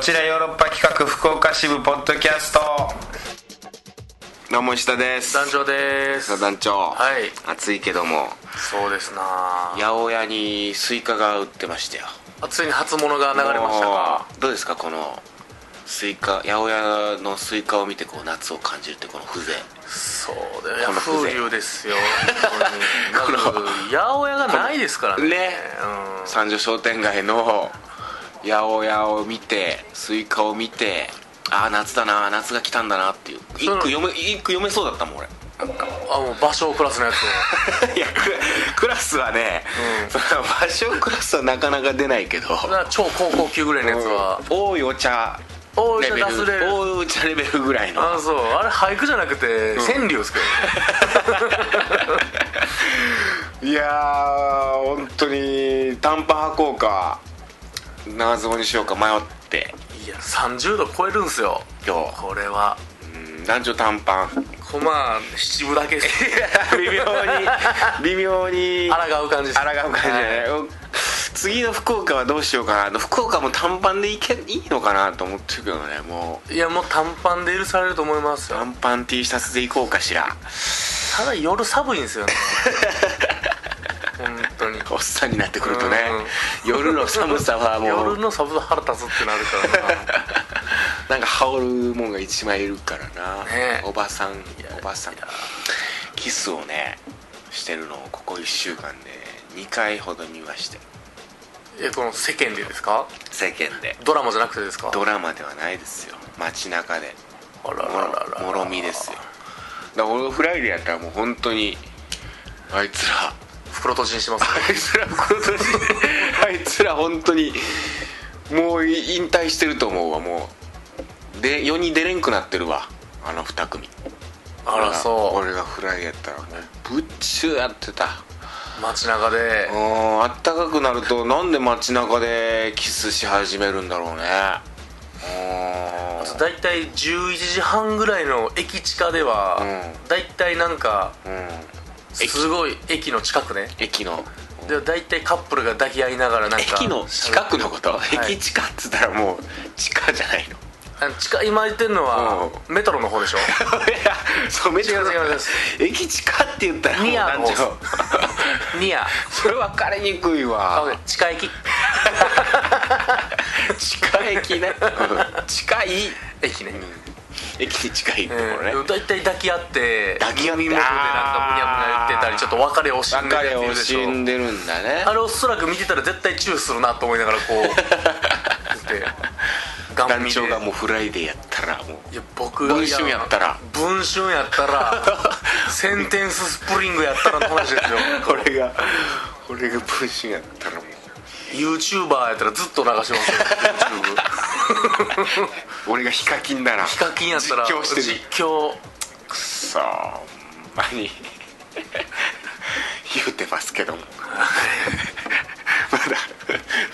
ちらヨーロッパ企画福岡支部ポッドキャストどうも石田です団長です石田団長はい暑いけどもそうですな八百屋にスイカが売ってましたよあついに初物が流れましたかもうどうですかこのスイカ八百屋のスイカを見てこう夏を感じるってこの風情そうだよいやこの風情風流で すよ本当にこのまず八百屋がないですからねね三条商店街の八百屋を見てスイカを見てああ夏だな夏が来たんだなっていう一句読め一句読めそうだったもん俺うんあもう場所クラスのやつをいやククラスはね、その場所クラスはなかなか出ないけど それは超高校級ぐらいのやつは多いお茶おおレじゃベル出すれる多いお茶レベルぐらいのあそうあれ俳句じゃなくて川柳ですけどいやー本当に短パン履こうか長ズボンにしようか迷ってねいや30度超えるんすよ今日これはうん男女短パンこまあ七分だけ 微妙に 微妙に抗う感じです抗う感じだね、うん次の福岡はどうしようかな福岡も短パンでいけいいのかなと思ってるけどねもういやもう短パンで許されると思いますよ短パン T シャツで行こうかしらただ夜寒いんですよね本当におっさんになってくるとねうんうん夜の寒さはもう夜の寒さ腹立つってなるからななんか羽織るもんが一枚いるからな、ねえおばさんおばさんキスをねしてるのをここ1週間で2回ほど見ましてえこの世間でですか世間でドラマじゃなくてですかドラマではないですよ街中であららもららろもろみですよだから俺フライデーやったらもう本当にあいつら袋閉じにしてますねあいつら今年あいつら本当にもう引退してると思うわもうで世に出れんくなってるわあの2組あらそう俺がフライやったらもうぶっちゅうやってた街中でうんあったかくなるとなんで街中でキスし始めるんだろうねうんだいたい11時半ぐらいの駅地下ではうだいたいなんかうんすごい駅の近くね駅のでだいたいカップルが抱き合いながらなんか駅の近くのこと、い駅地下っつったらもう地下じゃないの あの近い今言ってるのはメトロの方でしょいやそうめちゃ違う違う違う駅地下って言ったらもうニアなのんちゃ方うニアそれ分かりにくいあわごめん近駅地下駅ねうん近い駅ね、駅に近いところね、うん、大体抱き合って抱き合って耳元でなんかむにゃむにゃ言ってたりちょっと別れ惜しんでる別やれついをるでし死ょんでるんだねあれおそらく見てたら絶対チューするなと思いながらこ うでガン団見で長がもうフライデーやったらもういや僕文春やったら文春やっ たらセンテンススプリングやったらの話ですよ俺が俺が文春やった らもう YouTuber やったらずっと流しますよ YouTube 俺がヒカキンならヒカキンやったら実況してる実況くそーほんまに 言うてますけども まだ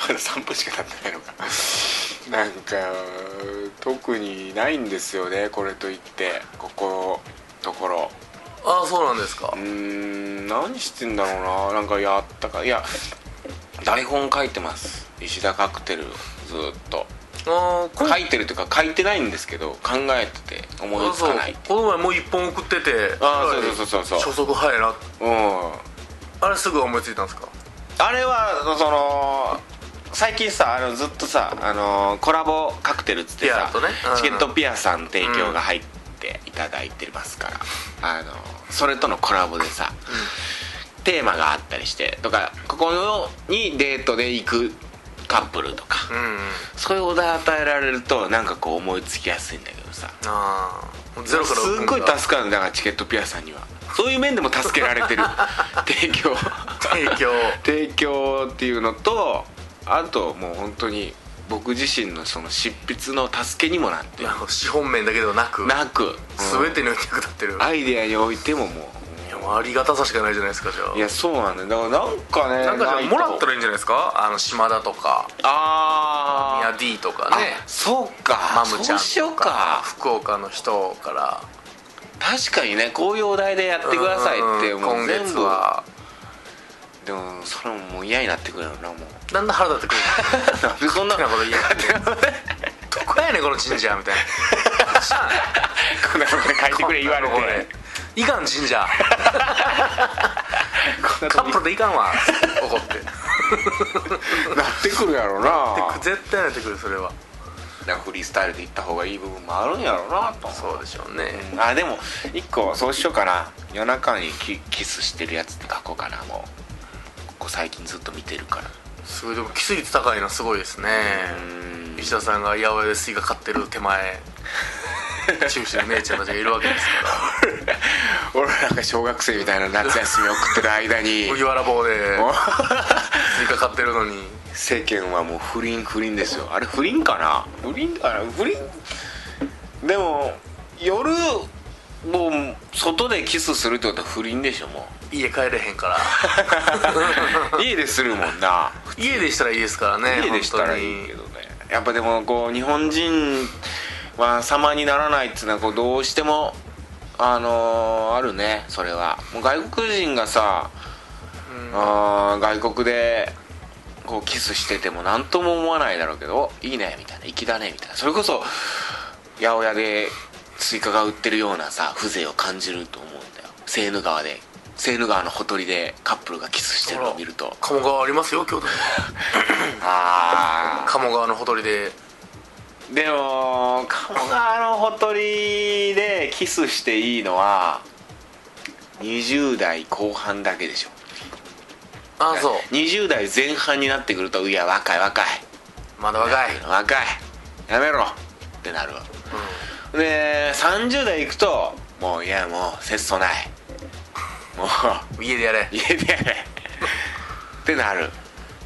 まだ3分しか経ってないのかなんか特にないんですよねこれといってここのところああそうなんですかうーん何してんだろうななんかやったかいや台本書いてます石田カクテルをずーっとああ書いてるというか書いてないんですけど考えてて思いつそうかないこの前もう一本送っててあーそうそうそうそう初速早いなうんあれすぐ思いついたんですかあれはその最近さあのずっとさあのコラボカクテルっつってピさア、とねうんチケットピアさん提供が入っていただいてますから、あのそれとのコラボでさ、テーマがあったりしてとかここのにデートで行くカップルとか、うんうんそういうお題与えられるとなんかこう思いつきやすいんだけどさああゼロからすっごい助かるんだからチケットピアさんにはそういう面でも助けられ てる提供提供提供っていうのとあともう本当に僕自身のその執筆の助けにもなってるなるほど資本面だけではなくなく、うん全てにおいて役立ってるアイデアにおいてももいやもうありがたさしかないじゃないですかじゃあういやそうなんだよだからなんかねなんかじゃあいともらったらいいんじゃないですかあの島田とかあミーヤ D とかあねそうかマムちゃんそうしようとかか福岡の人から確かにねこういうお題でやってくださいってうんもう今全月部はでもそれももう嫌になってくるよなもうだんだん腹立ってくる なんでそんな好きなこと言いやがってやねんこの神社みたい なしゃあない こんなとこで書いてくれ言われてこんなとこでいかん神 社こんなとカこップルでいかんわ怒ってになってくるやろうな絶対なってくるそれはだからフリースタイルで行った方がいい部分もあるんやろうなとそうでしょうね、うんあでも一個そうしようかな夜中にキキスしてるやつって書こうかなもうここ最近ずっと見てるからすごいでもキス率高いのすごいですねうん石田さんが八百屋でスイカ買ってる手前チューしてる姉ちゃんたちがいるわけですか 俺なんか小学生みたいな夏休み送ってる間に ら麦わら棒でもう スイカ買ってるのに世間はもう不倫不倫ですよあれ不倫かな不倫かな不倫でも夜もう外でキスするってことは不倫でしょも家帰れへんから う家でするもんな家でしたらいいですからね家でしたらいいけ本どねやっぱでもこう日本人は様にならないっていうのはこうどうしてもあのーあるねそれはもう外国人がさ、あー外国でこうキスしてても何とも思わないだろうけどおいいねみたいな粋だねみたいなそれこそ八百屋でスイカが売ってるようなさ風情を感じると思うんだよセーヌ川でセーヌ川のほとりでカップルがキスしてるのを見ると当に鴨川ありますよ京都にああ鴨川のほとりででも鴨川のほとりでキスしていいのは20代後半だけでしょああそう20代前半になってくるといや若い若いまだ若い、うん、若いやめろってなるわで30代いくともういやもう節操ないもう家でやれ家でやれってなる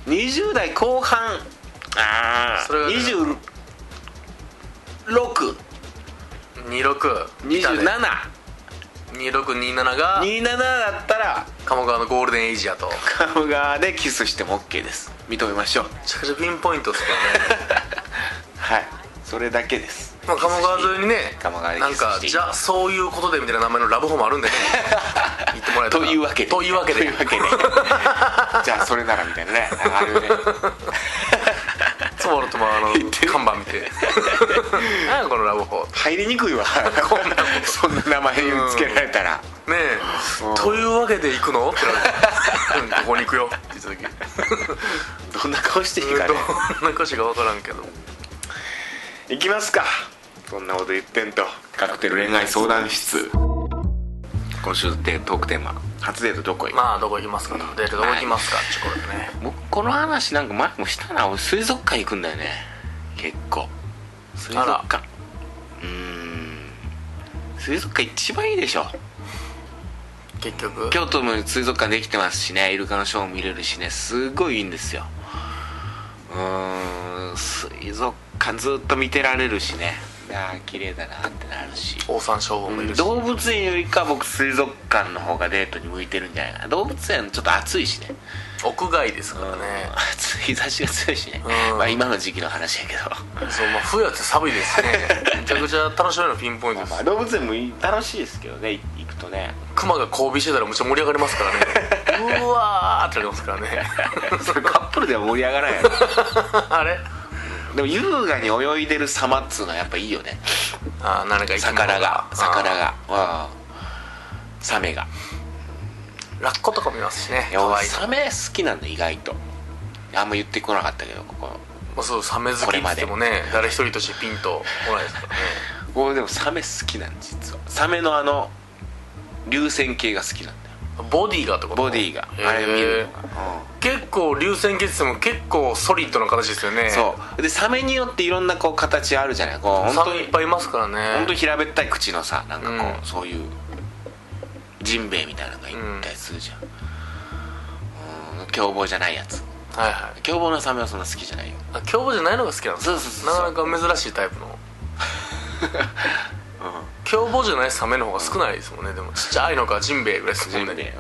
20代後半あそれがねあ2627 262727 2627がだったら鴨川のゴールデンエイジやとめ鴨川でキスしても OK です認めましょうちゃくちゃピンポイントですけ どねはいそれだけですまあ鴨川沿いにね 鴨川でキなんスしていいかじゃあそういうことでみたいな名前のラブホもあ るんでね言ってもらえたとらいうわけでというわけと でいうわ けでじゃあそれならみたいなねあるねいつものともあの看板見 て何やこのラブホ入りにくいわこんなことそんな名前つけられたら、ねうんえというわけで行 くのって言われてうん「ここに行くよ」って言った時どんな顔していいうんかねどんな歌詞か分からんけどいきますかそんなこと言ってんとカクテル恋愛相談室今週のテトークテーマ初デートどこ行く、まあどこ行きますかとデートどこ行きますかってところでね僕この話なんか前もしたな俺水族館行くんだよね結構水族あ館うーん水族館一番いいでしょ結局京都も水族館できてますしねイルカのショーも見れるしねすごいいいんですようーん水族館ずっと見てられるしねああ綺麗だなってなるしオオサンショウウオもいるし動物園よりか僕水族館の方がデートに向いてるんじゃないかな動物園ちょっと暑いしね屋外ですからね 暑い日差しが強いしね、うんまあ今の時期の話やけどそうまあ冬やって寒 いですねめちゃくちゃ楽しめるのピンポイントです動物園も楽しいですけどね行くとね熊が交尾してたらむっちゃ盛り上がりますからねうわーってなりますからね それカップルでは盛り上がら ないよねあれでも優雅に泳いでる様っつうのはやっぱいいよねあー何か生き物魚が魚あがうんサメがーラッコとかもいますしねいや可俺愛いサメ好きなんだ意外とあんま言ってこなかったけどここまあそうサメ好きって言ってもね誰一人としてピンと来ないですからね俺でもサメ好きなん実はサメのあの流線形が好きなんだよボディがってことボディがへーあれ見るのが、うん結構流線形っても結構ソリッドな形ですよねそうでサメによっていろんなこう形あるじゃないこう本サ当メいにっぱいいますからね本当に平べったい口のさなんかこう、うんそういうジンベエみたいなのがいったりするじゃん、うん凶暴じゃないやつはいはい凶暴なサメはそんな好きじゃないよあ凶暴じゃないのが好きなんですそうそうそう そうなかなか珍しいタイプの、凶暴じゃないサメの方が少ないですもんねでもちっちゃいのかジンベエぐらいですジもんンベエね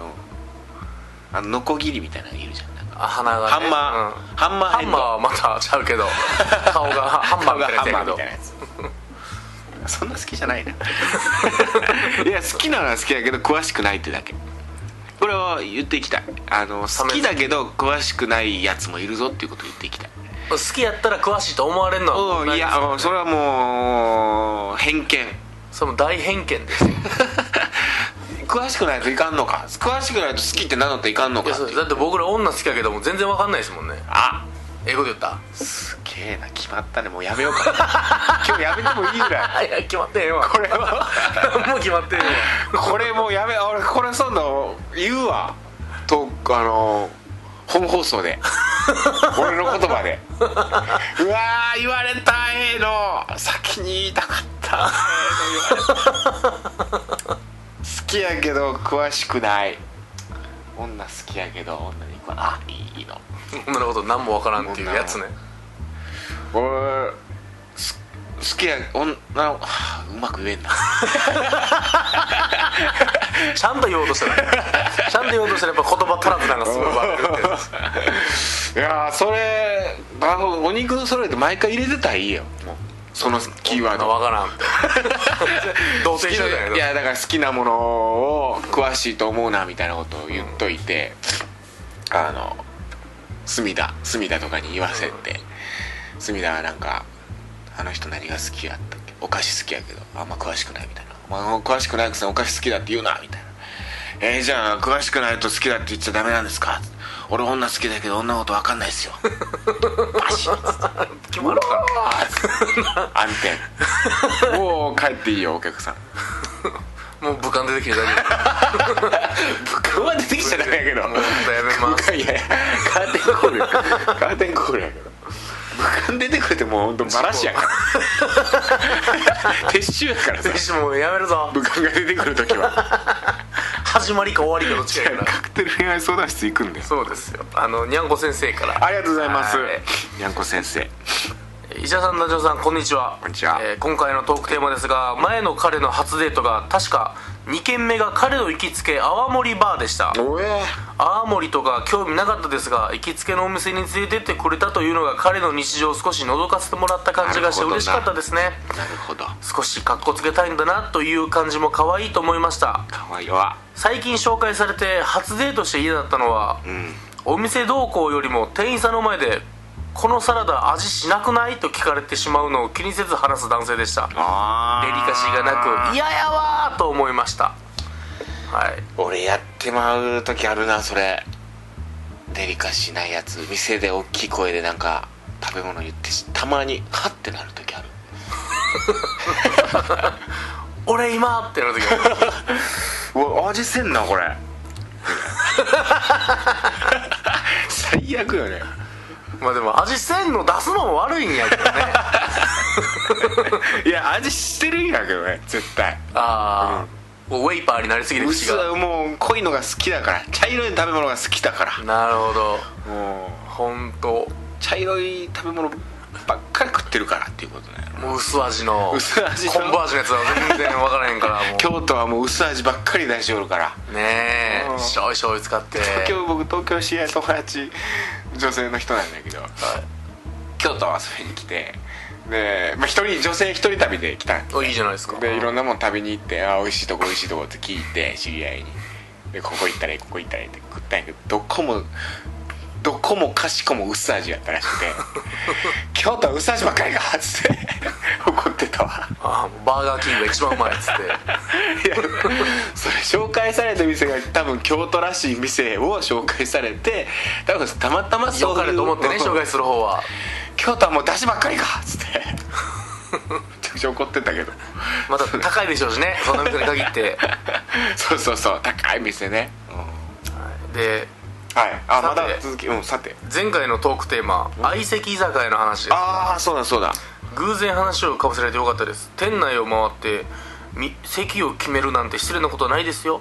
うんあのノコギリみたいなのいるじゃんなんかあ鼻が、ね、ハンマー、うんハンマーハヘッンドマーはまたちゃうけ ど顔がハンマーみたいなやつやけどやつ そんな好きじゃないないや好きなのは好きだけど詳しくないってだけこれは言っていきたいあのサ好メ好ききだけど詳しくないやつもいるぞっていうことを言っていきたい好きやったら詳しいと思われるのはうんいやもうそれはもう偏見 その大偏見ですよ詳しくないといかんのか詳しくないと好きって名乗っていかんのいかやそうですだって僕ら女好きやけども全然わかんないですもんねあええこと言ったすげえな決まったねもうやめようか 今日やめてもいいぐらいあいや決まってへんわこれ はもう決まってへんわこれもうやめ俺これそんなの言うわとあの本放送 で俺の言葉でうわー言われたええの先に言いたかったええの言われた好きやけど詳しくない女好きやけど女に詳あいいの女のこと何もわからんっていうやつね俺す好きや女のはあうまく言えんな ちゃんと言おうとしたらちゃんと言おうとしたらやっぱ言葉足らずなんかすごいバレるっいてや つやーそれあのお肉の揃えて毎回入れてたらいいよもうそのキーワードわからん って同好棲きしなたじゃないいやだから好きなものを詳しいと思うなみたいなことを言っといて、あの隅田隅田とかに言わせて、隅田はなんか「あの人何が好きやったっけお菓子好きやけどあんま詳しくない」みたいな「お前詳しくないくせにお菓子好きだって言うな」みたいな「えー、じゃあ詳しくないと好きだって言っちゃダメなんですか?」俺女好きだけど女のこと分かんないっすよバシッ決まるか暗転もう帰っていいよお客さんらもう武漢出てきて大丈僕は出て きちゃダメやけどもうやめますいやいやカーテンコールカーテンコールやけど武漢出てくれてもう本当バラシ やから撤収やからさ夫選手もうやめるぞ武漢が出てくる時は始まりか終わりかどっちかやからカクテル恋愛相談室行くんだよそうですよあのにゃんこ先生からありがとうございますはにゃんこ先生石田さんダジオさんこんにちはこんにちはえー今回のトークテーマですが前の彼の初デートが確か2軒目が彼の行きつけ泡盛バーでしたおえ泡盛とか興味なかったですが行きつけのお店に連れてってくれたというのが彼の日常を少し覗かせてもらった感じがしてなるほどな嬉しかったですねなるほど少しかっこつけたいんだなという感じも可愛いと思いましたかわいいわ最近紹介されて初デートして嫌だったのは、んお店同行よりも店員さんの前で「このサラダ味しなくない?」と聞かれてしまうのを気にせず話す男性でしたあデリカシーがなく「嫌やわ!」と思いましたはい俺やってまう時あるなそれデリカシーないやつ店で大きい声でなんか食べ物言ってしたまにハッてなる時ある「俺今!」ってなる時 はうわ味せんなこれ最悪よねまあでも味せんの出すのも悪いんやけ どねいや味してるんやけどね絶対ああ、ウェイパーになりすぎるう口ちがはもう濃いのが好きだから茶色い食べ物が好きだからなるほどもう本当茶色い食べ物ばっかり食ってるからっていうことねもう薄味の薄味のコンバージュのやつは全然分からへんからもう京都はもう薄味ばっかり出しておるからねうんえしょいしょい使って東京僕東京知り合い友達女性の人なんだけど、京都遊びに来てで、まあ、一人女性一人旅で来たんおいいじゃないですかでいろんなもん食べに行ってあ美味しいとこ美味しいとこって聞いて知り合いにでここ行ったらいいここ行ったらいいって食ったんやけどどこもどこもかしこも薄味やったらしくて京都は薄味ばっかりかっつって 怒ってたわあーバーガーキングが一番うまいっつっていや それ紹介された店が多分京都らしい店を紹介されて多分たまたまそういようかれと思ってね紹介する方は京都はもう出汁ばっかりかっつってめちゃくちゃ怒ってたけどまた高いでしょうし ねそんな店に限ってそうそうそう高い店ね、うんではいあまさてだ続きうんさて前回のトークテーマ相席居酒屋の話ですああそうだそうだ偶然話をかぶせられてよかったです店内を回ってみ席を決めるなんて失礼なことはないですよ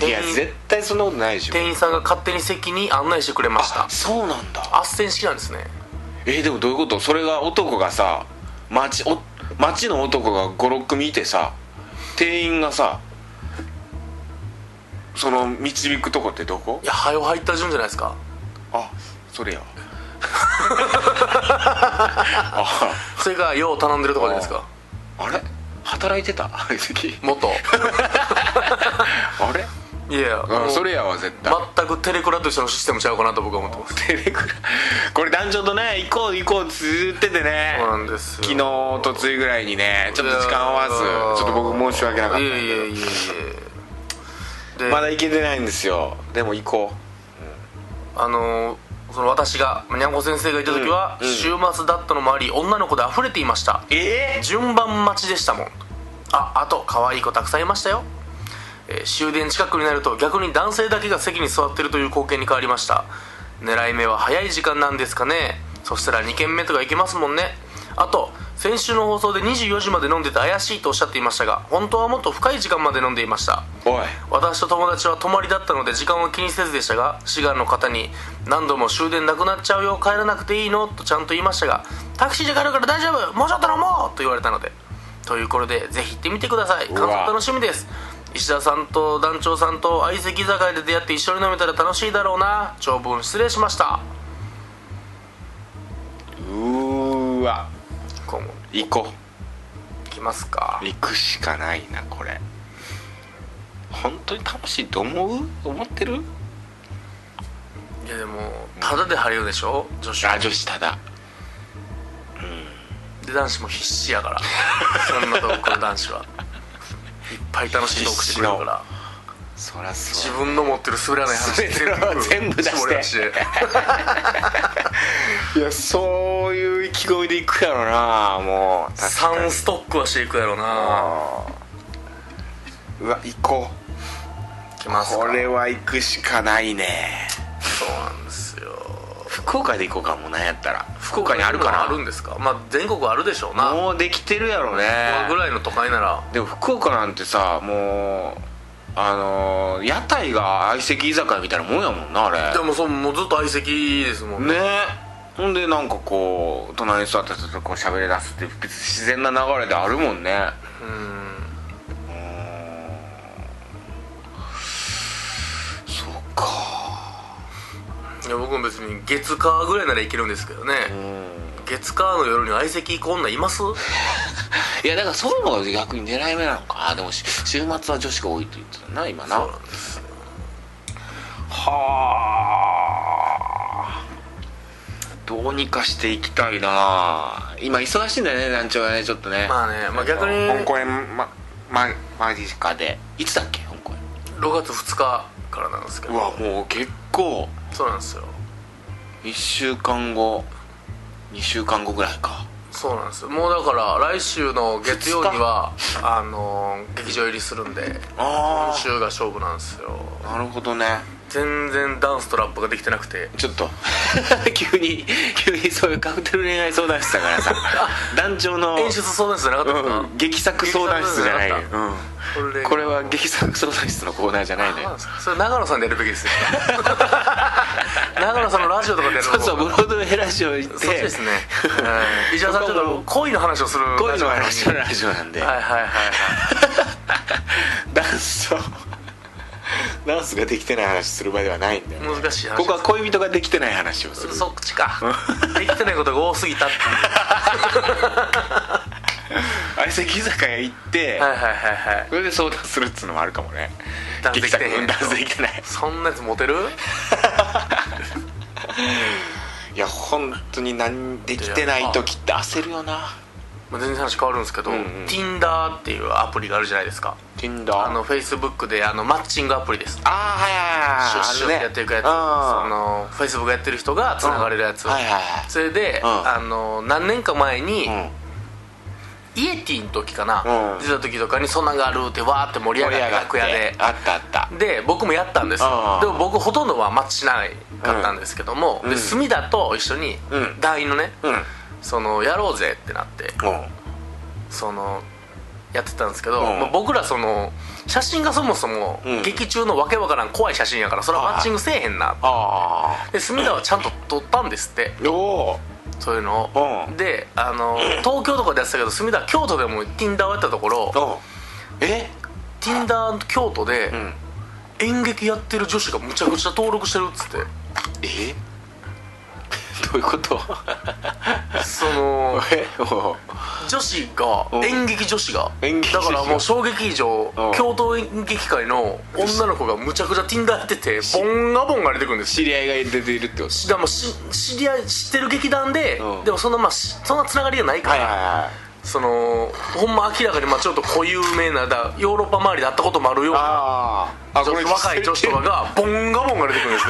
い店や員絶対そんなことないでしょ店員さんが勝手に席に案内してくれましたあそうなんだ斡旋式なんですねえーでもどういうことそれが男がさ町お町の男が56組いてさ店員がさその導くとこってどこいや早う入った順じゃないですかあそれやあそれがよう頼んでるとこじゃないですか あれ働いてた相席元あれいやうんもうそれやわ絶対、全くテレクラとしてのシステムちゃうかなと僕は思ってますテレクラこれダンジョンとね行こう行こうっつっててねそうなんですよ昨日おとついぐらいにねちょっと時間合わずいやーちょっと僕申し訳なかったいやいやいやいやで、まだ行けてないんですよでも行こあのーその私がにゃんこ先生がいた時は、うんうん週末ダットの周り女の子で溢れていましたうえ順番待ちでしたもんああと可愛い子たくさんいましたよ、えー終電近くになると逆に男性だけが席に座ってるという光景に変わりました狙い目は早い時間なんですかねそしたら2軒目とか行けますもんねあと先週の放送で24時まで飲んでて怪しいとおっしゃっていましたが本当はもっと深い時間まで飲んでいましたおい私と友達は泊まりだったので時間は気にせずでしたが志願の方に何度も終電なくなっちゃうよ帰らなくていいのとちゃんと言いましたがタクシーで帰るから大丈夫もうちょっと飲もうと言われたのでということでぜひ行ってみてくださいうわ感想楽しみです石田さんと団長さんと相席居酒屋で出会って一緒に飲めたら楽しいだろうな長文失礼しましたうーわ今後行こ行きますかう行くしかないなこれ本当に楽しいと思う思ってるいやでもタダで張れるでしょ女子あ女子ただで男子も必死やからそんなとこの男子はいっぱい楽しいトークしてくれるからそら自そう分の持ってる滑らない話全部出して絞り出していやそういう意気込みで行くやろなもう確かに3ストックはしていくやろなうわ行こきますうかこれは行くしかないねそうなんですよ福岡で行こうかもなんやったら福岡にあるかあるんなですかまあ全国あるでしょうなこもうできてるやろねこぐらいの都会ならでも福岡なんてさもうあのー屋台が相席居酒屋みたいなもんやもんなあれでもそうもうずっと相席ですもんねねほんでなんかこう隣に座った人とこう喋り出すって別に自然な流れであるもんねうんうーんそうかいや僕も別に月火ぐらいならいけるんですけどねうん月火の夜に相席行く女いますいやだからそういうのが逆に狙い目なのかあでもし週末は女子が多いと言ってたな今なそうなんですはあどうにかしていきたいな今忙しいんだよね団長がねちょっとねまあねまあ逆に香港園まま間近でいつだっけ香港園6月2日からなんですけどうわもう結構そうなんですよ1週間後2週間後ぐらいかそうなんですよもうだから来週の月曜にはあのー劇場入りするんで今あ週が勝負なんですよあなるほどね全然ダンスとラップができてなくてちょっと 急に急にそういうカクテル恋愛相談室だから さ団長の演出相談室じゃなかったですか、うん、劇作相談室じゃないよ劇作うんこれは劇作相談室のコーナーじゃないのそうなんよですかそれ長野さんでやるべきですよ 長野さんのラジオとかでやるそうそうブロそードウェイラジオ行っってちですねはい石田さんちょっと恋の話をする恋の話のラジオなんで、はいはいは いはいダンスとダンスができてない話する場合ではないんだよね、難しい話ここは恋人ができてない話をするそっちかできてないことが多すぎたって いう相席居酒屋行って、はいはいはいはいそれで相談するっつうのもあるかもねダンスできてへん劇作うんダンスできてないそんなやつモテるいや本当に何できてない時って焦るよなまあ全然話変わるんですけど、うんうん Tinder っていうアプリがあるじゃないですか Tinder あの Facebook であのマッチングアプリですあシュッあシーュはいはいはいあッるねてやっていくやつ、うんその Facebook がやってる人がつながれるやつ、はいはいはいそれで、うんあの何年か前に、うんイエティの時かな、うん出た時とかに「そんなんがある」ってわーって盛り上がって楽屋であったあったで僕もやったんですようんでも僕ほとんどはマッチしなかったんですけども、うんで隅田と一緒にうん団員のね、うんそのやろうぜってなってそのやってたんですけど、うんまあ僕らその写真がそもそもうん劇中のわけわからん怖い写真やからそれはマッチングせえへんなあで隅田はちゃんと撮ったんですってあおそういうのうをんであの東京とかでやってたけど隅田は京都でも Tinder をやったところおえ Tinder 京都でうん 演劇やってる女子がむちゃくちゃ登録してるっつってえ どういうことその えおう女子がうん演劇女子が演劇女子だがからもう衝撃以上うん京都演劇界の女の子がむちゃくちゃ Tinder やっててボンガボンが出てくるんです知り合いが出ているってことしだからもうし知り合い知ってる劇団で、うんでもそんなまあしそんなつながりがないから、はそのほんま明らかにまあちょっと固有名なだヨーロッパ周りで会ったこともあるようなあーあちょっと若い女子とかがボンガボンが出てくるん です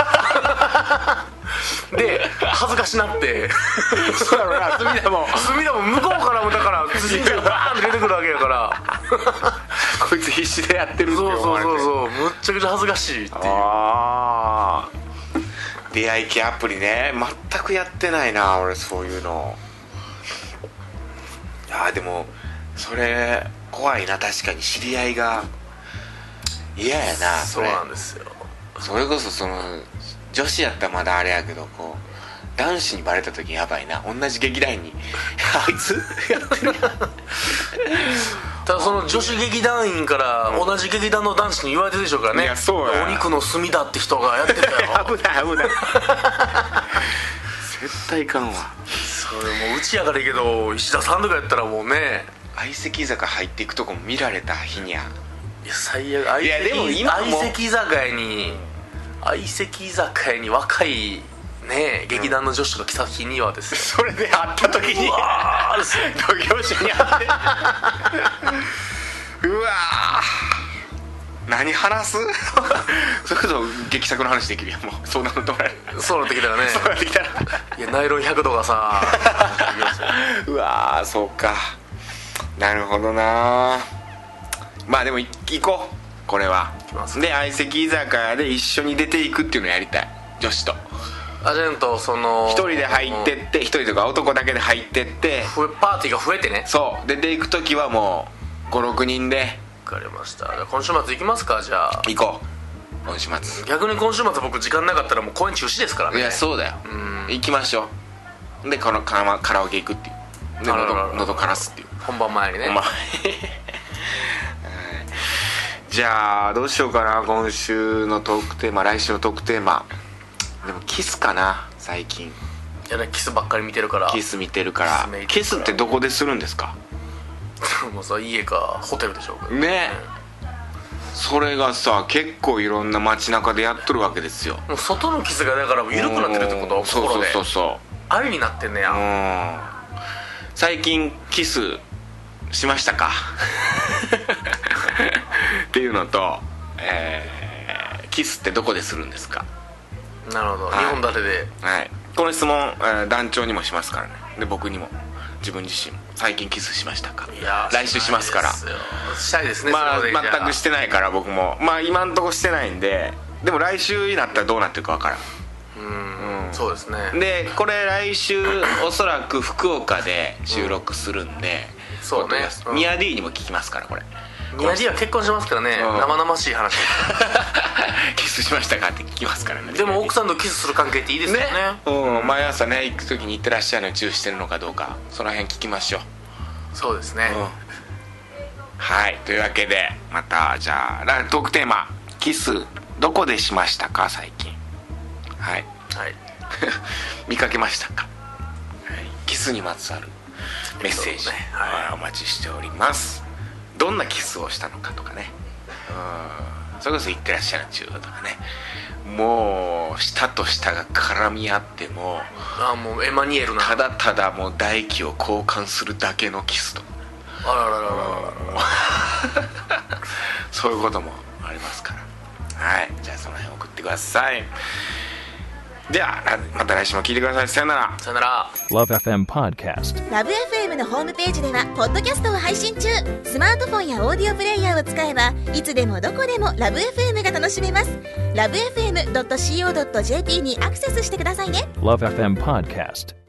よで恥ずかしなってそうやろな隅田も 隅田も向こうからもだから辻にバーンって出てくるわけやから こいつ必死でやってるって思そうそわうれてそう そうむっちゃくちゃ恥ずかしいっていうああ出会い系アプリね全くやってないな俺そういうのああでもそれ怖いな確かに知り合いが嫌やなそそうれなんですよそれこそその女子やったらまだあれやけどこう男子にバレた時やばいな同じ劇団員に あいつやってるただその女子劇団員から同じ劇団の男子に言われてるでしょうからねいやそうやお肉の隅田って人がやってたよ危ない危ない 絶対いかんわそれもううちやからいいけど石田さんとかやったらもうね相席居酒屋入っていくとこも見られた日にゃいや最悪相席いやでも今も相席居酒屋に相席居酒屋に若いね劇団の女子が来た日にはですねそれで会った時にうわー同業者に会ってうわー何話すそれこそ劇作の話できるやんもうそうなるとられそうなってきたらねそうなってきたらいやナイロン100度がさ うわーそうかなるほどなまあでもい行こうこれはきますで相席居酒屋で一緒に出ていくっていうのやりたい女子とアジェントその一人で入ってって一人とか男だけで入ってってふパーティーが増えてねそう出ていく時はもう56人で分かりましたじゃあ今週末行きますかじゃあ行こう今週末逆に今週末僕時間なかったらもう公演中止ですからねいやそうだよん行きましょうでこのカラマカラオケ行くっていうであららら喉喉枯らすっていう本番前にねお前 はいじゃあどうしようかな今週のトークテーマ来週のトークテーマでもキスかな最近いやねキスばっかり見てるからキス見てるからキス見てるからキスってどこでするんですかもうさ家かホテルでしょうけどねそれがさ結構いろんな街中でやっとるわけですよもう外のキスがだから緩くなってるってことうんそう心そうでそうそうありになってんねや、うん最近キスしましたか っていうのと、えーキスってどこでするんですか、なるほど、はい日本立てではい、この質問、えー団長にもしますからねで僕にも自分自身も最近キスしましたかいやー来週しますからしたいですよしたいですねまあそれまでじゃ全くしてないから僕もまあ今んとこしてないんででも来週になったらどうなってるかわからんうん、うんそうですねでこれ来週おそらく福岡で収録するんで、そうねうんミヤ D にも聞きますからこれ宮地は結婚しますからね、うん生々し い話キスしましたかって聞きますからねでも奥ささんとキスする関係っていいですよねうん、毎朝ね行く時に行ってらっしゃるのに注意してるのかどうかその辺聞きましょう、そうですね、うんはいというわけでまたじゃあらトークテーマ「キスどこでしましたか最近」はいはい 見かけましたか、はいキスにまつわるメッセージ、そうねはいはいお待ちしておりますどんなキスをしたのかとかねうんそれこそ行ってらっしゃる中とかねもう舌と舌が絡み合ってもあもうエマニュエルなただただもう唾液を交換するだけのキスとあららららららそういうこともありますからはいじゃあその辺送ってくださいではらまた来週も聞いてくださいさよならさよなら Love FM Podcast. ラブ f m のホームページではポッドキャストを配信中スマートフォンやオーディオプレイヤーを使えばいつでもどこでもラブ f m が楽しめますラブ FM.co.jp にアクセスしてくださいね Love FM Podcast.